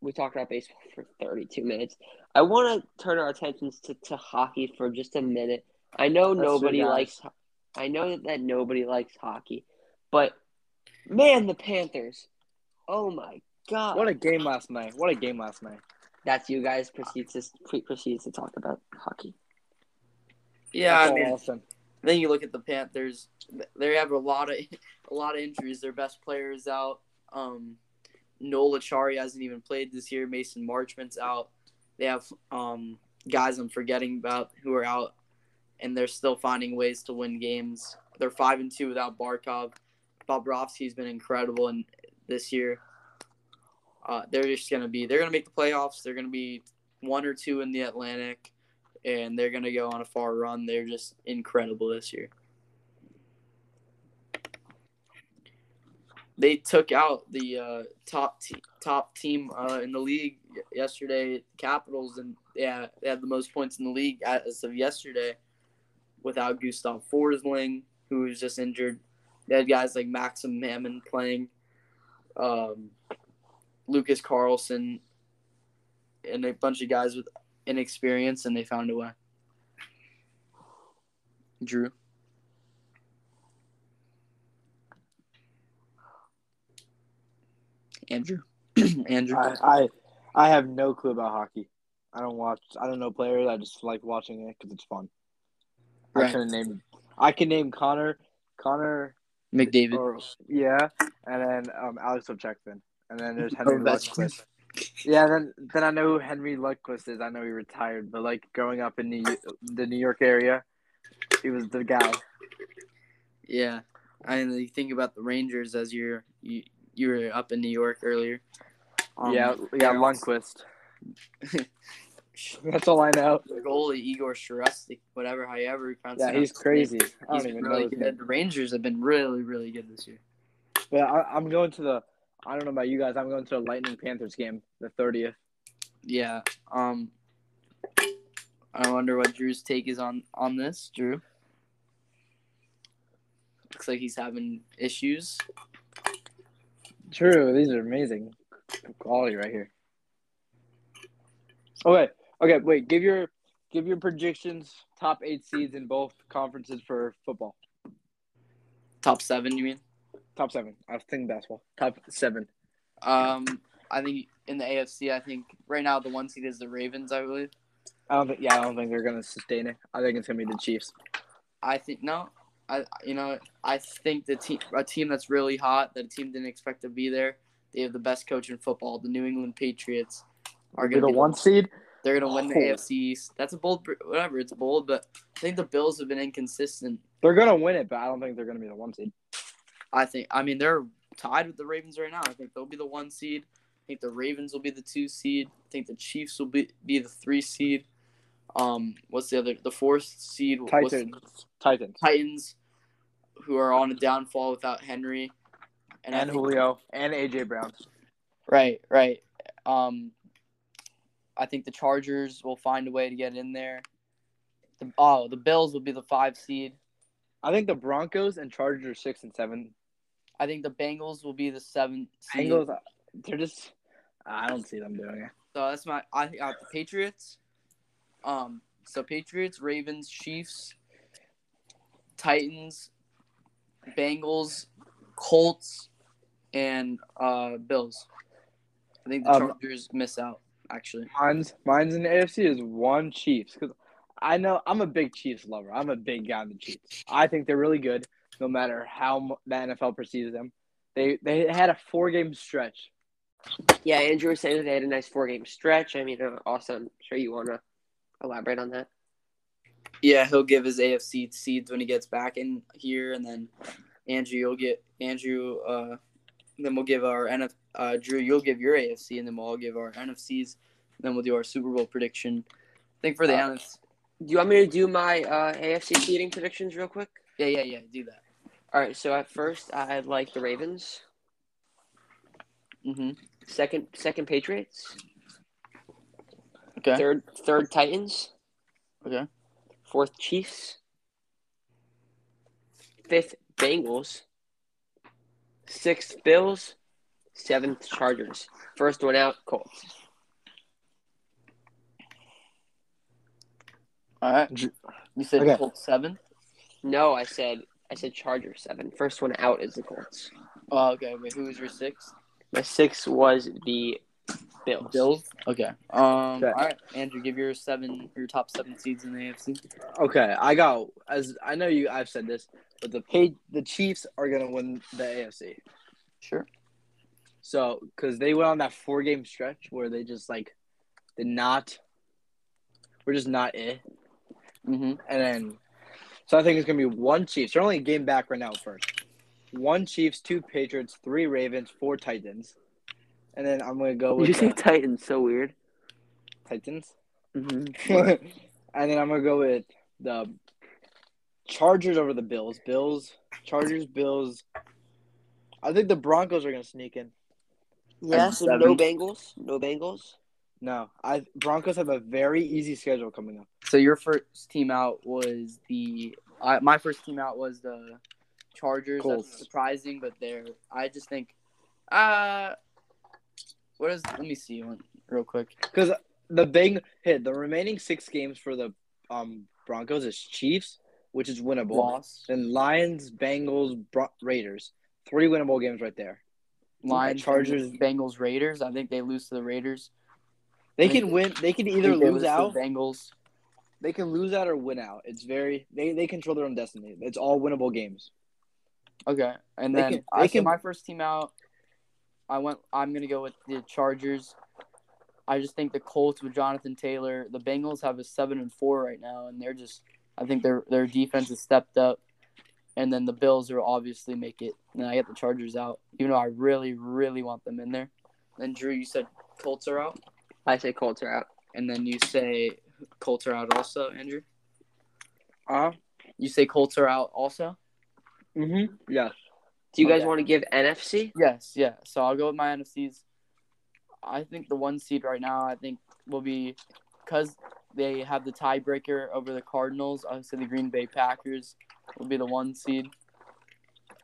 we talked about baseball for 32 minutes, I want to turn our attentions to, to hockey for just a minute. I know Let's do nobody that. likes ho- I know that nobody likes hockey, but man, the Panthers. Oh my god. What a game last night! What a game last night! That's you guys proceeds to pre- proceeds to talk about hockey. Yeah, That's I all mean, awesome. then you look at the Panthers. They have a lot of [laughs] a lot of injuries. Their best player is out. Um, Noel Achari hasn't even played this year. Mason Marchment's out. They have um, guys I'm forgetting about who are out, and they're still finding ways to win games. They're five and two without Barkov. Bobrovsky's been incredible in this year. Uh, they're just gonna be. They're gonna make the playoffs. They're gonna be one or two in the Atlantic, and they're gonna go on a far run. They're just incredible this year. They took out the uh, top te- top team uh, in the league y- yesterday, Capitals, and yeah, they had the most points in the league as of yesterday, without Gustav Forsling, who was just injured. They had guys like Maxim Mammon playing, um, Lucas Carlson, and a bunch of guys with inexperience, and they found a way. Drew. Andrew. [clears throat] Andrew. I, I I have no clue about hockey. I don't watch. I don't know players. I just like watching it because it's fun. Right. I can name. I can name Connor, Connor, McDavid. or yeah, and then um, Alex Ovechkin, and then [laughs] Oh, there's Henry Ovechkin. Lundqvist. Yeah, then then I know who Henry Lundqvist is. I know he retired, but like growing up in the the New York area, he was the guy. Yeah, I mean, you think about the Rangers as you're you, you were up in New York earlier. Um, yeah, yeah, Lundqvist. That's all I know. the goalie Igor Shiresti, whatever, however you pronounce Yeah, it. he's crazy. I He's don't even been know. really his name. good. The Rangers have been really, really good this year. But I, I'm going to the. I don't know about you guys. I'm going to the Lightning Panthers game, the thirtieth. Yeah. Um. I wonder what Drew's take is on on this. Drew looks like he's having issues. True. These are amazing quality right here. Okay. Okay. Wait. Give your give your predictions. Top eight seeds in both conferences for football. Top seven, you mean? Top seven. I was thinking basketball. Top seven. Um, I think in the AFC, I think right now the one seed is the Ravens. I believe. I don't think. Yeah, I don't think they're gonna sustain it. I think it's gonna be the Chiefs. I think no. I you know I think the team a team that's really hot that a team didn't expect to be there. They have the best coach in football. The New England Patriots are You're gonna the be one seed. They're gonna win the Oh. AFC East. That's a bold, pr- whatever. It's bold, but I think the Bills have been inconsistent. They're gonna win it, but I don't think they're gonna be the one seed. I think. I mean, they're tied with the Ravens right now. I think they'll be the one seed. I think the Ravens will be the two seed. I think the Chiefs will be be the three seed. Um, what's the other? The fourth seed. what's- Titans. Titans. Titans, who are on a downfall without Henry, And, I think- Julio and AJ Brown. Right, right. Um, I think the Chargers will find a way to get in there. The, oh, the Bills will be the five seed. I think the Broncos and Chargers are six and seven. I think the Bengals will be the seven seed. Bengals. uh, They're just. I don't see them doing it. So that's my. I think I have the Patriots. Um. So Patriots, Ravens, Chiefs, Titans, Bengals, Colts, and uh Bills. I think the Um, Chargers miss out. Actually, Mine's mine's in the AFC is one Chiefs because I know I'm a big Chiefs lover. I'm a big guy on the Chiefs. I think they're really good, no matter how mu- the NFL perceives them. They they had a four game stretch. Yeah, Andrew was saying that they had a nice four game stretch. I mean, uh, also, I'm sure you want to elaborate on that. yeah, he'll give his AFC seeds when he gets back in here, and then Andrew, you'll get Andrew. Uh, then we'll give our NF. Uh, Drew, you'll give your AFC, and then we'll all give our NFCs. Then we'll do our Super Bowl prediction. I think for the Uh, NFC. Do you want me to do my uh, AFC seeding predictions real quick? Yeah, yeah, yeah. Do that. All right, so at first, I like the Ravens. Mm-hmm. Second, second Patriots. Okay. Third, third Titans. Okay. Fourth Chiefs. Fifth Bengals. Sixth Bills. Seventh Chargers. First one out, Colts. All right. You said Okay. Colts seven. No, I said I said Chargers seven. First one out is the Colts. Oh, okay. Wait, who was your sixth? My sixth was the Bills. Bills. Okay. Um. Okay. All right, Andrew, give your seven, your top seven seeds in the AFC. Okay, I got as I know you. I've said this, but the pay, the Chiefs are gonna win the AFC. Sure. So, because they went on that four game stretch where they just like did not, we're just not it. Mm-hmm. And then, so I think it's going to be one Chiefs. They're only a game back right now, first. One Chiefs, two Patriots, three Ravens, four Titans. And then I'm going to go with You say the Titans, so weird. Titans. Mm-hmm. [laughs] and then I'm going to go with the Chargers over the Bills. Bills, Chargers, Bills. I think the Broncos are going to sneak in. Yeah, And so seven. no Bengals, no Bengals. No, I Broncos have a very easy schedule coming up. So your first team out was the I my first team out was the Chargers. Colts. That's surprising, but they're I just think uh what is let me see one real quick. Because the big hit, the remaining six games for the um, Broncos is Chiefs, which is winnable. Loss. Then Lions, Bengals, Bro- Raiders. Three winnable games right there. Lions, Chargers- Chargers, Bengals, Raiders. I think they lose to the Raiders. They can win. They can I either think they lose to the out. Bengals. They can lose out or win out. It's very. They, they control their own destiny. It's all winnable games. Okay, and They then can- I they so can- my first team out. I went. I'm gonna go with the Chargers. I just think the Colts with Jonathan Taylor. The Bengals have a seven and four right now, and they're just. I think their their defense has stepped up, and then the Bills will obviously make it. And I get the Chargers out, even though I really really want them in there. Then Drew, you said Colts are out, I say Colts are out. and then you say Colts are out also, Andrew. Uh You say Colts are out also. hmm Mm-hmm. Yeah. Do you guys Okay. want to give NFC? Yes, yeah. So I'll go with my NFCs. I think the one seed right now, I think will be because they have the tiebreaker over the Cardinals. Obviously, the Green Bay Packers will be the one seed.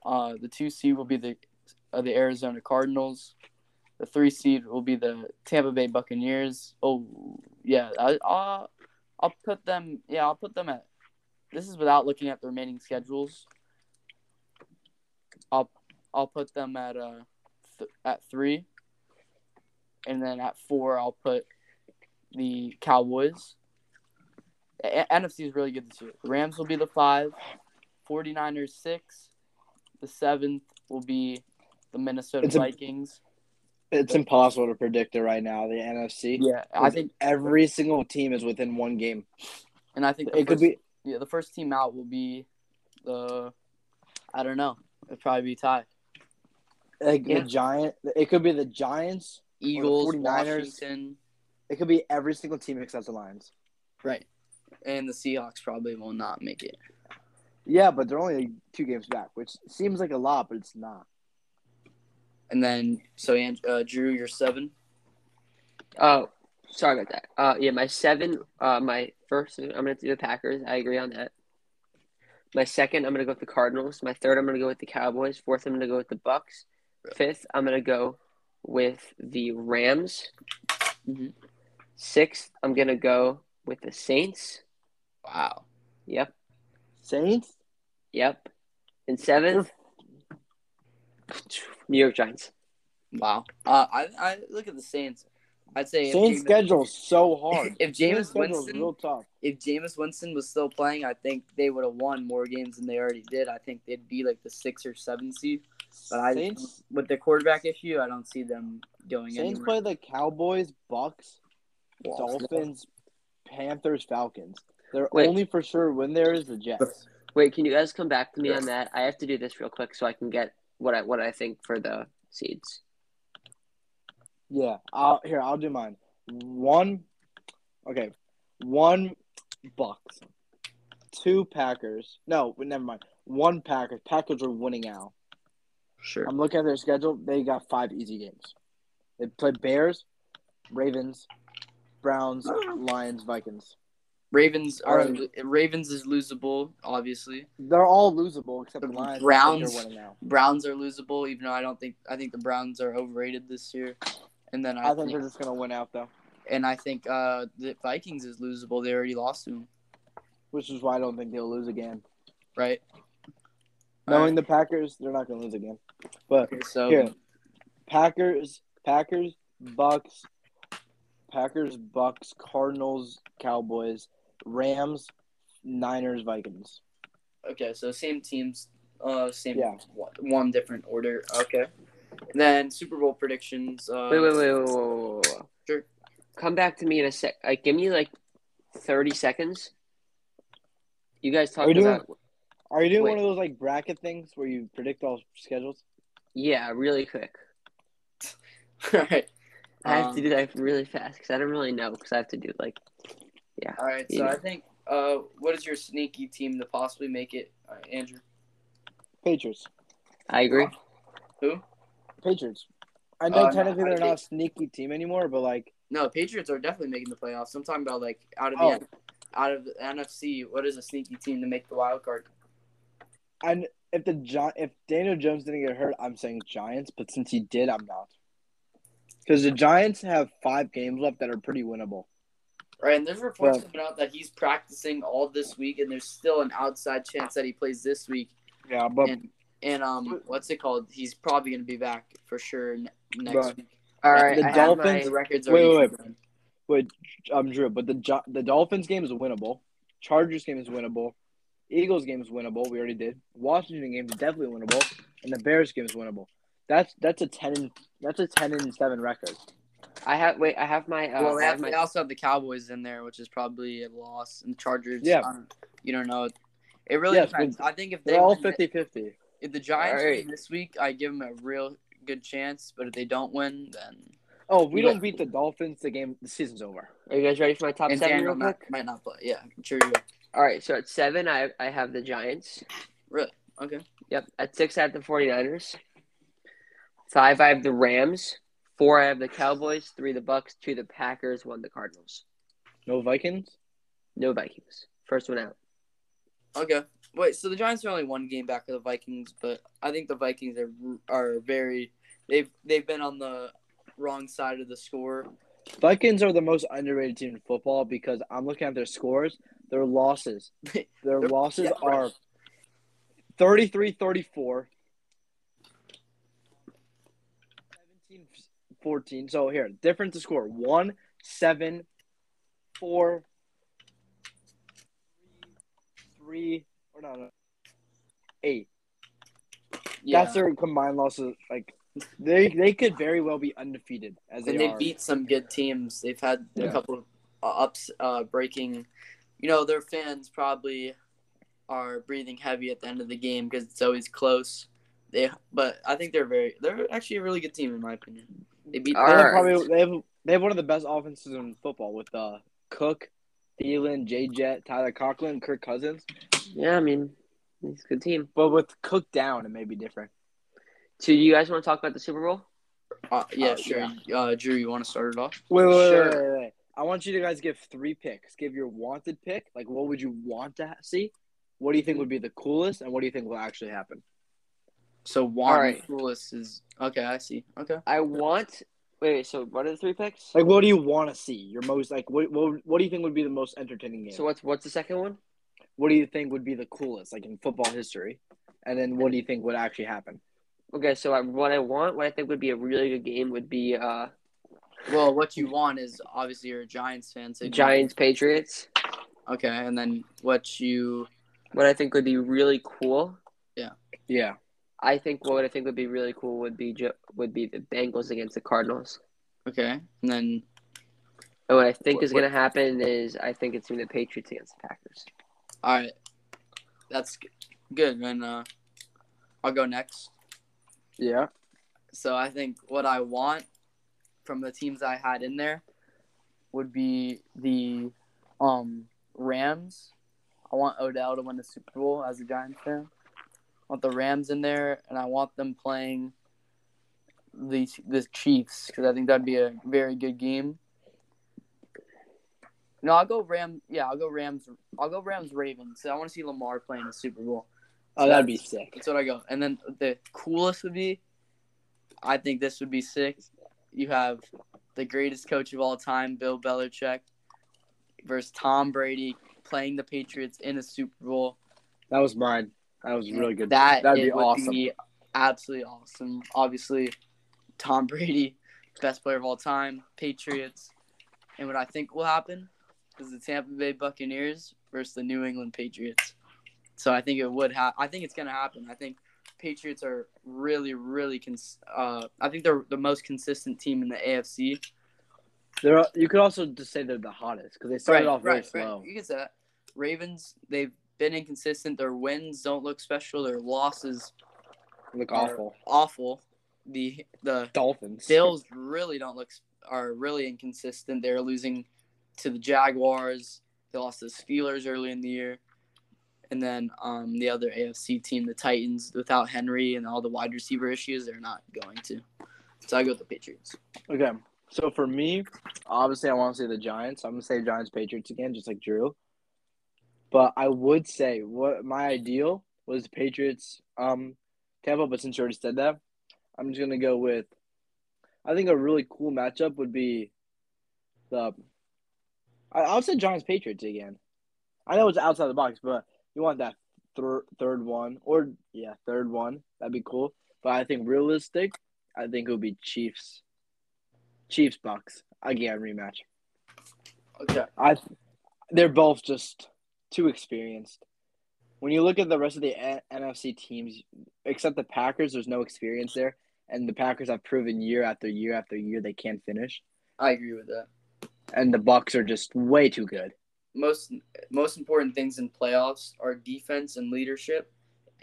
Uh, the two seed will be the uh, the Arizona Cardinals. The three seed will be the Tampa Bay Buccaneers. Oh, yeah, I, I'll I'll put them. Yeah, I'll put them at. This is without looking at the remaining schedules. I'll I'll put them at uh th- at three, and then at four I'll put the Cowboys. A- NFC is really good this year. The Rams will be the five, 49ers six, the seventh will be the Minnesota It's a- Vikings. It's impossible to predict it right now. The NFC. yeah, I think, every single team is within one game. and I think the It could first- be yeah, the first team out will be the, I don't know, it'll probably be tied. like Yeah. the giant. It could be the Giants. Eagles, 49ers. Washington, It could be every single team except the Lions. right, and the Seahawks probably will not make it. Yeah, but they're only two games back, which seems like a lot, but it's not. And then so and, uh, Drew, you're seven. Oh, sorry about that. Uh, yeah, my seven. Uh, my first, I'm gonna do the Packers. I agree on that. My second, I'm gonna go with the Cardinals. My third, I'm gonna go with the Cowboys. Fourth, I'm gonna go with the Bucks. Fifth, I'm gonna go with the Rams. Mhm. Sixth, I'm gonna go with the Saints. Wow. Yep, Saints. yep. And seventh, New York Giants. Wow. Uh, I, I look at the Saints. I'd say if Saints' Jameis- schedule's so hard. If Saints' Jameis schedule's Winston, real tough. if Jameis Winston was still playing, I think they would have won more games than they already did. I think they'd be like the six or seven seed. But I Saints. with the quarterback issue, I don't see them going Saints anywhere. play the Cowboys, Bucks, Well, Dolphins, Panthers, Falcons. Their Wait. only for sure win there is the Jets. Wait, can you guys come back to me on that? I have to do this real quick so I can get what I what I think for the seeds. Yeah, I'll here. I'll do mine. One, okay, one Bucks, two Packers. No, wait, never mind. One Packers. Packers are winning out. Sure. I'm looking at their schedule. They got five easy games. They play Bears, Ravens, Browns, Lions, Vikings. Ravens are Alright. Ravens is losable, obviously. They're all losable except the The Lions. Browns. They're winning out. Browns are losable, even though I don't think I think the Browns are overrated this year. And then I, I think think, they're just gonna win out though, and I think uh, the Vikings is losable. They already lost to them, which is why I don't think they'll lose again. right? Knowing the Packers, they're not gonna lose again. But Okay, so Here. Um, Packers, Packers, Bucks, Packers, Bucks, Cardinals, Cowboys, Rams, Niners, Vikings. okay, so same teams, uh, same Yeah. one, one different order. Okay, and then Super Bowl predictions. Uh, Wait, wait, wait, wait, wait, wait, wait, wait. Sure. Come back to me in a sec. Like, give me like thirty seconds. You guys Are you talked doing- about. Are you doing Wait. one of those like bracket things where you predict all schedules? Yeah, really quick. [laughs] all right, I have Um, to do that really fast because I don't really know because I have to do like. all right. So Yeah. I think, uh, what is your sneaky team to possibly make it, all right, Andrew? Patriots. I agree. Who? Patriots. I know Uh, technically I they're think- not a sneaky team anymore, but like No, Patriots are definitely making the playoffs. I'm talking about like out of the Oh. out of the NFC. What is a sneaky team to make the wild card? I if the Gi- if Daniel Jones didn't get hurt, I'm saying Giants, but since he did, I'm not. Because the Giants have five games left that are pretty winnable. Right, and there's reports Well- coming out that he's practicing all this week, and there's still an outside chance that he plays this week. Yeah, but and and um, what's it called? He's probably gonna be back for sure ne- next Right. week. All right. The I have Dolphins- The my- records are Wait, wait, wait. um, Drew, but the Gi- the Dolphins game is winnable. Chargers game is winnable. Eagles game is winnable. We already did. Washington game is definitely winnable, and the Bears game is winnable. That's that's a ten and that's a ten and seven record. I have. Wait. I have my. Uh, Well, they, I have, have they my. also have the Cowboys in there, which is probably a loss, and the Chargers. Yeah. um, you don't know. It really Yes, depends. I think if they They're all win- 50-50. if the Giants All right. win this week, I give them a real good chance. But if they don't win, then Oh, if we don't beat the Dolphins, the game the season's over. Are you guys ready for my top and seven? Daniel Real might, quick. might not play. Yeah, I'm sure you. will. All right. So at seven, I I have the Giants. Okay. Yep. At six, I have the 49ers. Five, I have the Rams. Four, I have the Cowboys. Three, the Bucks. Two, the Packers. One, the Cardinals. No Vikings? No Vikings. First one out. Okay. Wait, so the Giants are only one game back of the Vikings, but I think the Vikings are are very they've they've been on the wrong side of the score. Vikings are the most underrated team in football because I'm looking at their scores. Their [laughs] losses. Their They're- losses yeah, are right. 33 34, 17 14. So here, difference to score 1 7 4 3 or no, no 8. Yeah. That's their combined losses. Like they they could very well be undefeated as they, and they are. beat some good teams. They've had Yeah. a couple of uh, ups, uh, breaking. You know, their fans probably are breathing heavy at the end of the game because it's always close. They, but I think they're very, they're actually a really good team in my opinion. They beat. All They right. have probably they have they have one of the best offenses in football with uh, Cook, Thielen, J. Jet, Tyler Conklin, Kirk Cousins. Yeah, I mean, it's a good team. But with Cook down, it may be different. So, you guys want to talk about the Super Bowl? Uh, yeah, Oh, sure. Uh, Drew, you want to start it off? Wait, wait, sure. wait, wait, I want you to guys give three picks. Give your wanted pick. Like, what would you want to ha- see? What do you think would be the coolest, and what do you think will actually happen? So Juan right. Willis is okay. I see. Okay. I want. Wait, wait, so what are the three picks? Like, what do you want to see? Your most like, what, what what do you think would be the most entertaining game? So, what's what's the second one? what do you think would be the coolest, like in football history? And then, what do you think would actually happen? Okay, so I, what I want, what I think would be a really good game would be uh, Well, what you want is obviously you're a Giants fan, so Giants Patriots. Okay, and then what you What I think would be really cool. Yeah, I think what I think would be really cool would be ju- would be the Bengals against the Cardinals. okay, and then And what I think What- is going to happen is I think it's going to be the Patriots against the Packers. All right, that's g- good. And uh, I'll go next. yeah. So I think what I want from the teams I had in there would be the um, Rams. I want Odell to win the Super Bowl as a Giants fan. I want the Rams in there, and I want them playing the the Chiefs because I think that'd be a very good game. No, I'll go Ram. Yeah, I'll go Rams. I'll go Rams Ravens. So I want to see Lamar playing the Super Bowl. Oh, So that'd be that's- sick. That's what I go. And then the coolest would be, I think this would be sick. You have the greatest coach of all time, Bill Belichick, versus Tom Brady playing the Patriots in a Super Bowl. That was mine. That was really good. That That'd it be would awesome. be absolutely awesome. Obviously, Tom Brady, best player of all time, Patriots. And what I think will happen is the Tampa Bay Buccaneers versus the New England Patriots. So I think it would happen. I think it's going to happen. I think Patriots are really, really. Cons- uh, I think they're the most consistent team in the AFC. They're, you could also just say they're the hottest because they started off very slow. You can say that. Ravens, they've been inconsistent. Their wins don't look special. Their losses Look Right. awful. awful. The the Dolphins. Bills really don't look are really inconsistent. They're losing to the Jaguars. They lost to the Steelers early in the year, and then um, the other AFC team, the Titans, without Henry and all the wide receiver issues, they're not going to. So I go with the Patriots. Okay. So for me, obviously I want to say the Giants. I'm gonna say Giants Patriots again, just like Drew. But I would say what my ideal was Patriots um Tampa, but since you already said that, I'm just gonna go with I think a really cool matchup would be the I, I'll say Giants Patriots again. I know it's outside the box, but you want that thir- third one or yeah, third one. That'd be cool. But I think realistic, I think it would be Chiefs Chiefs Bucks again rematch. Okay. I they're both just too experienced. When you look at the rest of the A- NFC teams, except the Packers, there's no experience there, and the Packers have proven year after year after year they can't finish, I agree with that. and the Bucks are just way too good. Most most important things in playoffs are defense and leadership,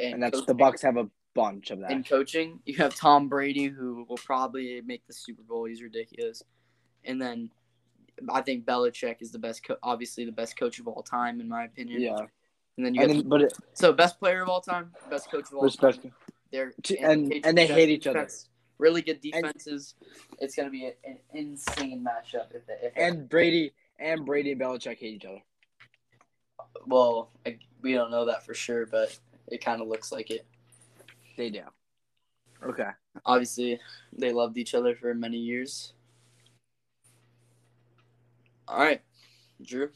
and, And that's coaching. the Bucks have a bunch of in that. coaching, [laughs] you have Tom Brady, who will probably make the Super Bowl. He's ridiculous. And then I think Belichick is the best, co- obviously the best coach of all time, in my opinion. Yeah, And then you and have then, but it, so best player of all time, best coach of all respect. time. They're T- the and- Patriots and they have hate each other. defense- Really good defenses. it's gonna be a- an insane matchup if, they, if And Brady and Brady and Belichick hate each other. Well, I, we don't know that for sure, but it kind of looks like it. They do. Okay. Obviously, they loved each other for many years. All right, Drew,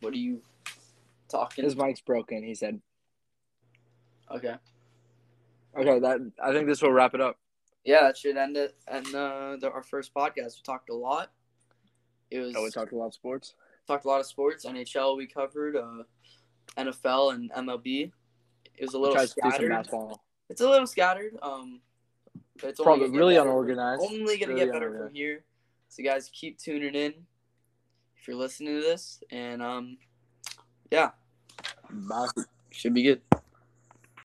what are you talking? His mic's broken. He said. okay, Okay, that I think this will wrap it up. yeah, that should end it. And uh, the, our first podcast, we talked a lot. It was Oh, we talked a lot of sports. talked a lot of sports. NHL we covered, uh, NFL and MLB. It was a little Tried to do some scattered. basketball. It's a little scattered. Um, but it's only Probably gonna get really better. unorganized. Only gonna Really get better from unorganized. here. So guys, keep tuning in if you're listening to this, and um, yeah, Bye. should be good.